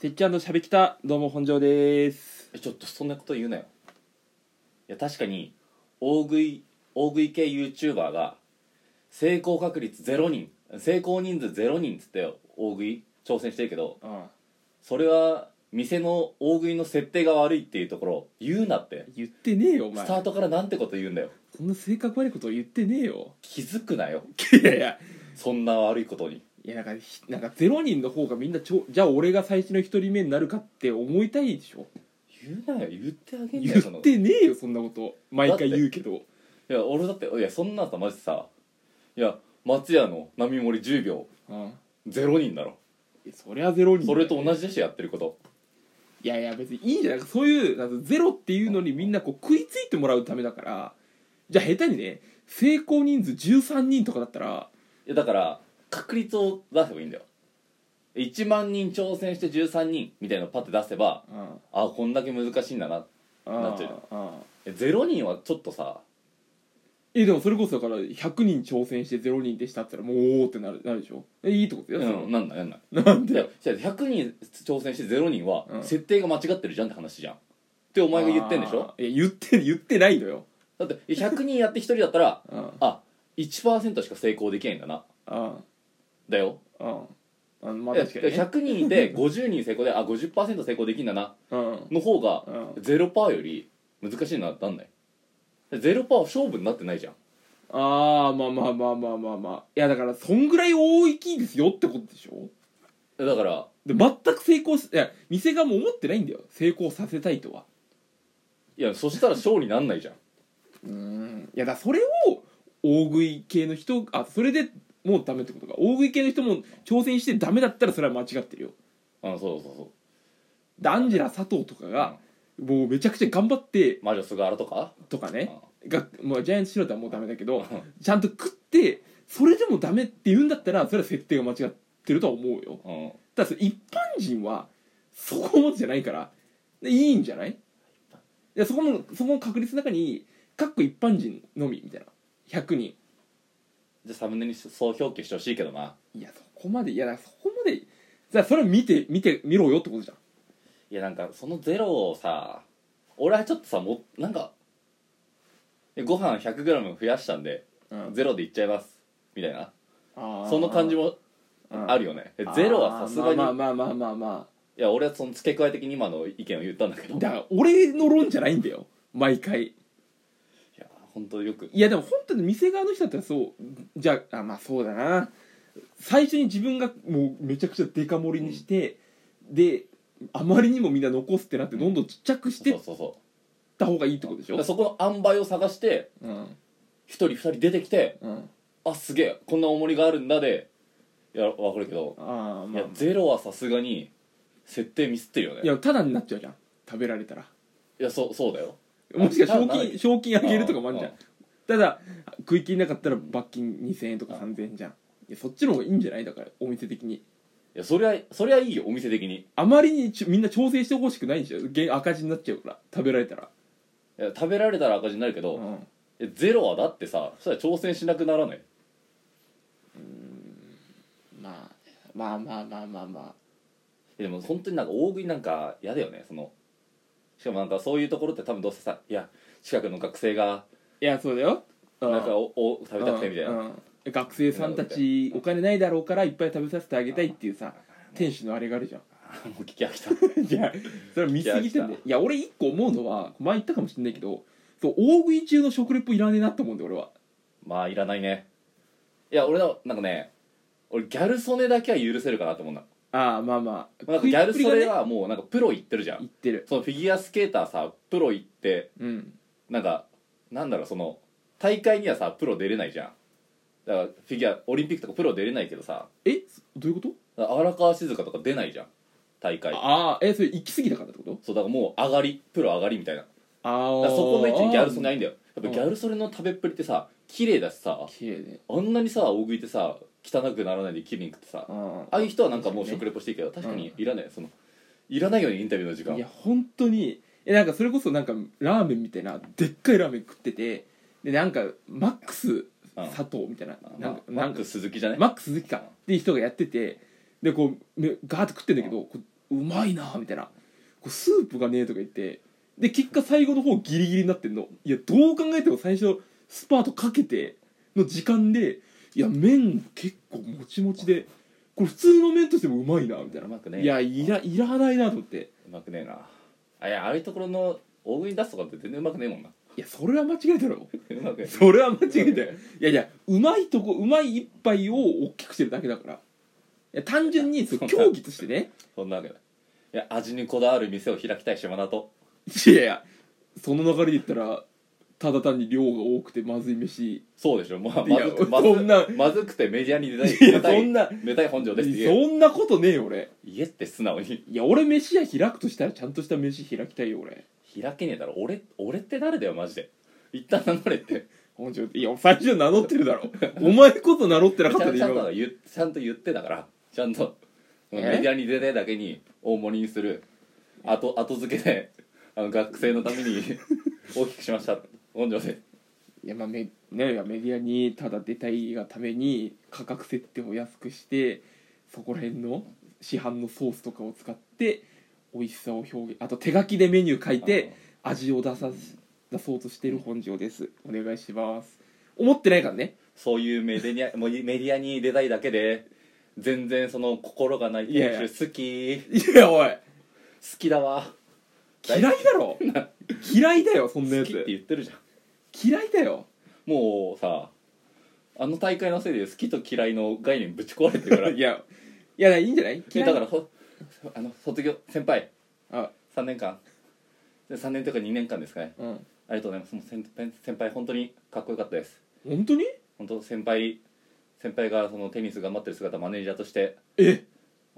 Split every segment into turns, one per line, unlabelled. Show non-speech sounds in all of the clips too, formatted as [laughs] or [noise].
てっちゃんとしゃべきたどうも本庄です
えちょっとそんなこと言うなよいや確かに大食い大食い系 YouTuber が成功確率0人成功人数0人っつって大食い挑戦してるけど
うん
それは店の大食いの設定が悪いっていうところ言うなって
言ってねえよお前
スタートからなんてこと言うんだよ
そんな性格悪いこと言ってねえよ
気づくなよ
[laughs] いやいや
そんな悪いことに
いやなんかひなんか0人の方がみんなちょじゃあ俺が最初の1人目になるかって思いたいでしょ
言うなよ言ってあげんだ
言
よその
ってねえよそんなこと毎回言うけど
いや俺だっていやそんなんさマジさいや松屋の並盛り10秒
うん
0人だろ
いやそりゃ0人
それと同じでしょやってること
いやいや別にいいんじゃないそういうなんかゼロっていうのにみんなこう食いついてもらうためだからじゃあ下手にね成功人数13人とかだったら
いやだから確率を出せばいいんだよ1万人挑戦して13人みたいなのパッて出せば
うん
あこんだけ難しいんだななっちゃうよ
うん
え0人はちょっとさ
えでもそれこそだから100人挑戦して0人でしたって言ったらもうおーってなるなるでしょえいいってことよ、
うんなんだなんだ
それなん
い
で
やじゃあ100人挑戦して0人は
うん
設定が間違ってるじゃんって話じゃんってお前が言ってんでしょ
あーいや言って言ってないのよ
だって100人やって1人だったら
うん
あ1%しか成功できないんだな
うん
だよ、
うんあまあ
いや
確かにね
100人いて50人成功であ50%成功できんだな
うん
の方が
うん
0%より難しいのはなんない0%は勝負になってないじゃん
ああまあまあまあまあまあまあいやだからそんぐらい大いきですよってことでしょ
だから
で全く成功しいや店側も思ってないんだよ成功させたいとはい
やそしたら勝利なんないじゃん
うんいやだからそれを大食い系の人あそれでもうダメってことか大食い系の人も挑戦してダメだったらそれは間違ってるよ
うん [laughs] そうそうそ
でアンジェラ佐藤とかが、もうめちゃくちゃ頑張って
う魔女菅原とか
とか
う
ね
ん
がもうジャイアンツシロタはもうダメだけど
う
ちゃんと食ってそれでもダメって言うんだったらそれは設定が間違ってるとは思うよ
うん
ただそれ一般人はそこ持ちじゃないからでいいんじゃないいやそこもそこの確率の中にかっこ一般人のみみたいな100人
じゃあサムネにそう表記してほしいけどない
やそこまでいやだからそこまでじゃあそれを見て見て見ろよってことじゃん
いやなんかそのゼロをさ俺はちょっとさもなんかえご飯 100g 増やしたんで、
うん
ゼロでいっちゃいますみたいなそ
そ
の感じもある
よ
よね、えゼロはさすがに、
まあまあまあまあま
いや俺はその付け加え的に今の意見を言ったんだけど
あ
い
だから俺の論じゃないんだよ毎回
や本当よく
いやでも本当に店側の人だったらそうじゃああまあそうだな最初に自分がもうめちゃくちゃデカ盛りにして、であまりにもみんな残すってなってどんどんちっちゃくして
そ
っ
うそうそ
た方がいいってことでし
う
ょ
だからそこの塩梅を探して
うん
一人二人出てきて
うん
あすげえこんな重りがあるんだでいやわかるけど、
ああ
い
まあ
やゼロはさすがに設定ミスってるよね
いやただになっちゃうじゃん食べられたら
いやそうそうだよ
もしかしたら賞
ただない
金賞金あげるとかもあるじゃん
う
ただ食い切れなかったら罰金2000円とか3000円じゃんいやそっちの方がいいんじゃないだからお店的に
いやそりゃそりゃいいよお店的にい
あまりにちょみんな調整してほしくないんでしょげ赤字になっちゃうから食べられたら
や食べられたら赤字になるけど、
ん
いやゼロはだってさそしたら挑戦しなくならない
まあ、まあまあまあまあま
いやでも本当になんか大食いなんか嫌だよねそのしかもなんかそういうところって多分どうせさいや近くの学生が
いやそうだよ
なんかおお食べたくてみたいな、 [laughs]
うんうん学生さんたちお金ないだろうからいっぱい食べさせてあげたいっていうさ店主のあれがあるじゃん
もう聞き飽きた
[laughs] いやそれは見過ぎてん
い
で
や
いや俺一個思うのは前言ったかもしれないけどそう大食い中の食レポいらねえなと思うんだよ俺は
まあいらないねいや俺のなんかね俺ギャル曽根だけは許せるかなと思うんだ
ああまあまあ
なんかギャル
食いっ
そ
ぷり
れ
がね
はもうなんかプロ行ってるじゃ
言
ん
ってる
そのフィギュアスケーターさプロ行って
うん
なんかなんだろうその大会にはさプロ出れないじゃんだからフィギュアオリンピックとかプロ出れないけどさ
えどういうこと
荒川静香とか出ないじゃん大会
ああえそれ行き過ぎたからってこと
そうだからもう上がりプロ上がりみたいなだか
ああ
らそこの位置にギャル曽根ないんだよやっぱ
うん
ギャル曽根の食べっぷりってさ綺麗だしさ
綺麗ね
あんなにさ大食いってさ汚くならないで綺麗に食ってさ
あ
ああいう人はなんかもう食レポしていいけど確かにいらないそのいらないよねインタビューの時間
いや本当にえなんかそれこそなんかラーメンみたいなでっかいラーメン食っててでなんかマックス佐藤みたいな,、
あ
なんか
マ
な
ッ
んか [laughs]
ク鈴木じゃね
マックス鈴木かっていう人がやっててでこうめガーッと食ってんだけど、こううまいなみたいなこうスープがねとか言ってで結果最後の方ギリギリになってんのいやどう考えても最初スパートかけての時間でいや麺結構もちもちでこれ普通の麺としてもうまいなみたいな
うまくね
いやいらいらないなと思って
うまくねえなあいやああいうところの大食いに出すとかって全然うまくねえもんな
いやそれは間違いだろ
うまくねえ
[laughs] それは間違いだよいやいやうまいとこうまい一杯を大きくしてるだけだからいや単純にそう競技としてね
そんなわけないいや味にこだわる店を開きたい島田と
いやいやその流れで言ったらただ単に量が多くてまずい飯
そうでしょ、まあ、
い
ま
や
ずくまず
そんな
まずくてメディアに出たい
いや
出たい
そんな
出たい本庄ですって言え
そんなことねえよ俺
言えって素直に
いや俺飯屋開くとしたらちゃんとした飯開きたいよ俺
開けねえだろ俺俺って誰だよマジで一旦名乗れって
本庄いや最初名乗ってるだろ [laughs] お前こそ名乗ってなかっ
ちゃ
た
ん
で
ちゃん
今
と言っちゃんと言ってだからちゃんと
え
メディアに出たいだけに大盛りにする後後付けであの学生のため
[laughs]
に大きくしました本庄で
いやまあメ,、ね、いやメディアにただ出たいがために価格設定を安くしてそこら辺の市販のソースとかを使って美味しさを表現あと手書きでメニュー書いて味を出さ出そうとしている本庄ですお願いします思ってないからね
そういうメディアもうメディアに出たいだけで全然その心がない
いやいや
店主好き
いやおい
好きだわ
嫌いだ
[laughs]
ろ嫌いだよそんなや
好きって
つ
言ってるじゃん
嫌いだよ
もうさあの大会のせいで好きと嫌いの概念ぶち壊れてるか
[laughs]
ら
いやいやいいんじゃない
え
嫌い
だからほあの卒業先輩
あ
3年間で3年とか2年間ですかね
うん
ありがとうございますもう先輩先輩本当にかっこよかったです
本当に
本当先輩先輩がそのテニス頑張ってる姿マネージャーとして
え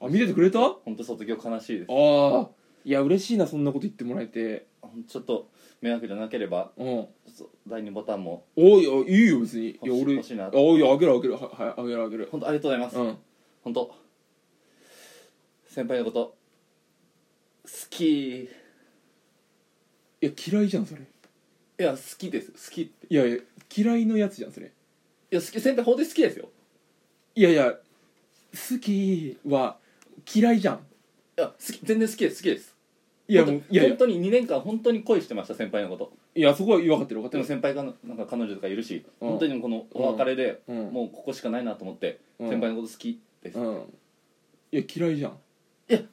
あ見ててくれたあ
本当卒業悲しいです
あいや嬉しいなそんなこと言ってもらえて
ちょっと迷惑じゃなければ
うん
そ第2ボタンも
おいやいいよ別にいや
欲し
俺
欲しいな
あいやあげるあげるははいあげるあげる
本当ありがとうございます、
うん
本当先輩のこと好きい
いや嫌いじゃんそれ
や好きです好きって
いやいや嫌いのやつじゃんそれ
いや好き先輩本当に好きですよ
いやいや好きは嫌いじゃん
いや好き全然好きです好きです
いや
本
もう
当
いやいや
本当に2年間本当に恋してました先輩のこと
いやそこは分かってる分か
でも
ってる
先輩がなんか彼女とかいるし、
うん
本当にこのお別れで、
うん
もうここしかないなと思って、
うん
先輩のこと好きです、い
うんいや嫌いじゃん
や
い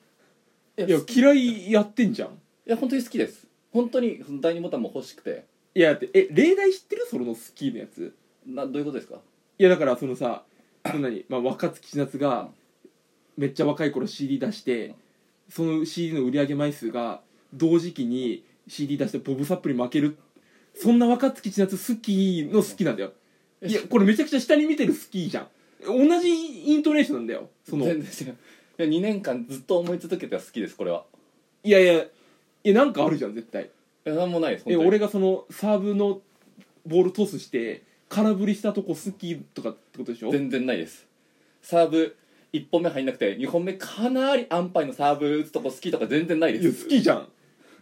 や
い
嫌いやってんじゃん
や本当に好きです本当にその第2ボタンも欲しくて
いやだってえ例題知ってるその好きのやつ
などういうことですか
いやだからそのさそんなに、まあ、若槻千夏
う
が
ん
めっちゃ若い頃 CD 出して、
うん
その CD の売り上げ枚数が同時期に CD 出してボブ・サップに負けるそんな若槻千夏好きの好きなんだよいやこれめちゃくちゃ下に見てる好きじゃん同じイントネーションなんだよその
全然違ういや2年間ずっと思い続けては好きですこれはい
やいやいやなんかあるじゃん絶対
いやなんもないです
え
本当に
俺がそのサーブのボールトスして空振りしたとこ好きとかってことでしょ
全然ないですサーブ1本目入んなくて2本目かなり安牌のサーブ打つとこ好きとか全然ない
いや
で
好
す
きじゃん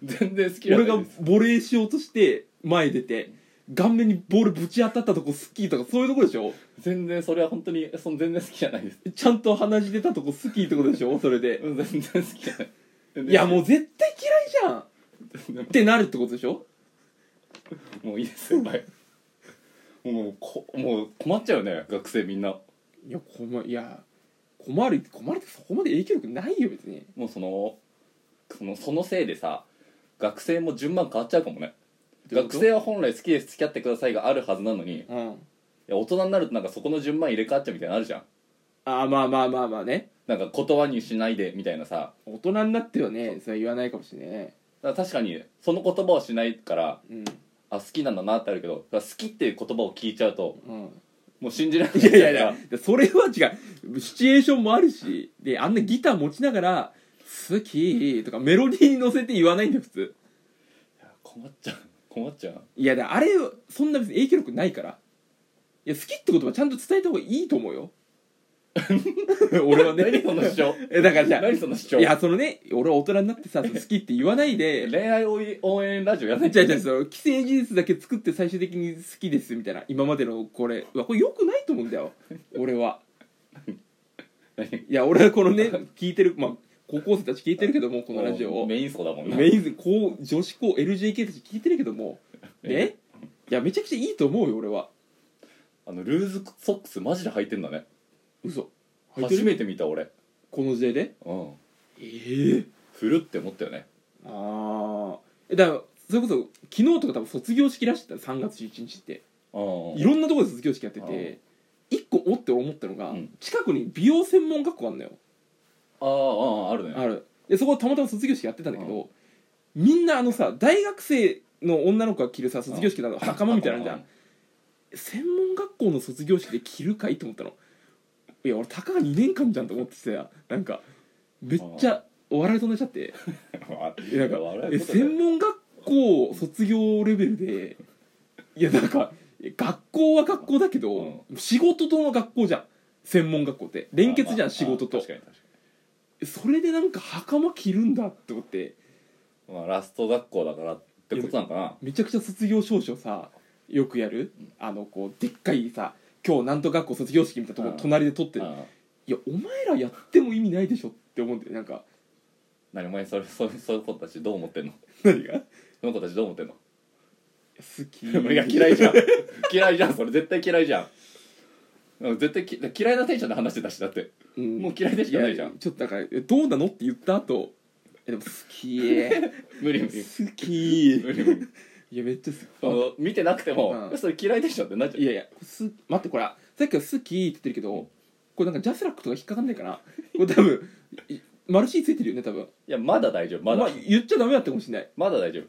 全然好きじゃな
俺
いです
がボレーしようとして前出て顔面にボールぶち当たったとこ好きとかそういうとこでしょ
全然それは本当にその全然好きじゃないです
ちゃんと鼻血出たとこ好きってことでしょそれで
うん全然好きじゃない
いやも
う
う絶対嫌いじゃんってなるってことでしょ
もういいです [laughs] 先輩もうこもう困っちゃうね学生みんない
やこまいや困る困るってそこまで影響力ないよ別に
もうそのそのそのせいでさ学生も順番変わっちゃうかもね学生は本来好きです付き合ってくださいがあるはずなのにい
うん
や大人になるとなんかそこの順番入れ替わっちゃうみたいなのあるじゃん
ああまあまあまあまあね
なんか言葉にしないでみたいなさ
大人になってはねそれは言わないかもしれないね
だから確かにその言葉をしないから
うん
あ好きなんだなってあるけどだから好きっていう言葉を聞いちゃうと
うん
もう信じられない
いやい
[laughs]
やいやそれは違うシチュエーションもあるしであんなギター持ちながら「好き」とかメロディーに乗せて言わないんだよ普通
困っちゃう困っちゃう
いやだあれそんな別に影響力ないからいや好きって言葉ちゃんと伝えた方がいいと思うよ
[laughs]
俺はね
[laughs] 何その主 [laughs] 張
えだからじゃ
何その主
あ
張
いやそのね俺は大人になってさその好きって言わないで
恋愛応援ラジ
[laughs]
オやらな
違う
いと
違うその既成事実だけ作って最終的に好きですみたいな今までのこれうわこれよくないと思うんだよ俺は
何
いや俺はこのね聞いてるまあ高校生たち聞いてるけどもこのラジオをメ
メイン層だもんな
インこう女子高 LJK たち聞いてるけどもねいやめちゃくちゃいいと思うよ俺は
あのルーズソックスマジで履いてんだね
嘘入って
初
る
めて見た俺
この時代で
うん
ええ
振るって思ったよね
ああえだからそれこそ昨日とか多分卒業式らしいんだ3月11日って
うん
いろんなところで卒業式やって
う
て
ん
一個おって思ったのが、
うん
近くに美容専門学校あるのよ、
あああああるね
あるでそこたまたま卒業式やってたんだけど、みんなあのさ大学生の女の子が着るさ卒業式の袴みたいなのあるじゃん、専門学校の卒業式で着るかいと思ったのいや俺たかが2年間じゃんと思っててさなんかめっちゃ笑いそうになっちゃって
じ
えなんかえ専
門
門学校卒業レベルでいやなんかえ学校は学校だけど、仕事との学校じゃん専門学校って連結じゃん仕事と
確かに確か
それでなんか袴着るんだって思って
にまあラスト学校だからってことなんかな
めちゃくちゃ卒業証書さよくやるあのこうでっかいさ今日なんと学校卒業式みたいなと
うん
こ隣で撮ってる
うん
いやお前らやっても意味ないでしょって思うんだよなんか
何お前それ [laughs] そうそういう子たちどう思ってんの
何が好
その子たちどう思ってんの
き
俺が嫌いじゃん嫌いじゃんそれ絶対嫌いじゃんうん絶対き嫌いなテンションで話してたしだって
うん
もう嫌いでしかないじゃん
やちょっとだからえどうなのって言った後えでも好き [laughs] ー
無理無理
好き
無
ー [laughs]
理無理
いやめっちゃ
あ
好
の見てなくても、
うん
それ嫌いでしょってなっちゃ
きいうやいやす待ってこれさっきから好きーって言ってるけどこれなんかジャスラックとか引っかかんないかなこれ多分いマルシーついてるよね多分
いやまだ大丈夫まだ、
あ言っちゃダメだったかもしれない
まだ大丈夫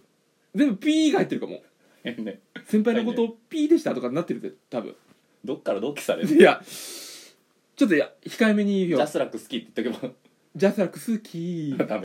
全部ピーが入ってるかも
[laughs] ね
先輩のことをピーでしたとかになってるぜ多分
どっから同期される
いやちょっといや控えめに言う
ジ
よ
ャスラック好きって言っとけば [laughs]
ジャスラック好きー
ダメ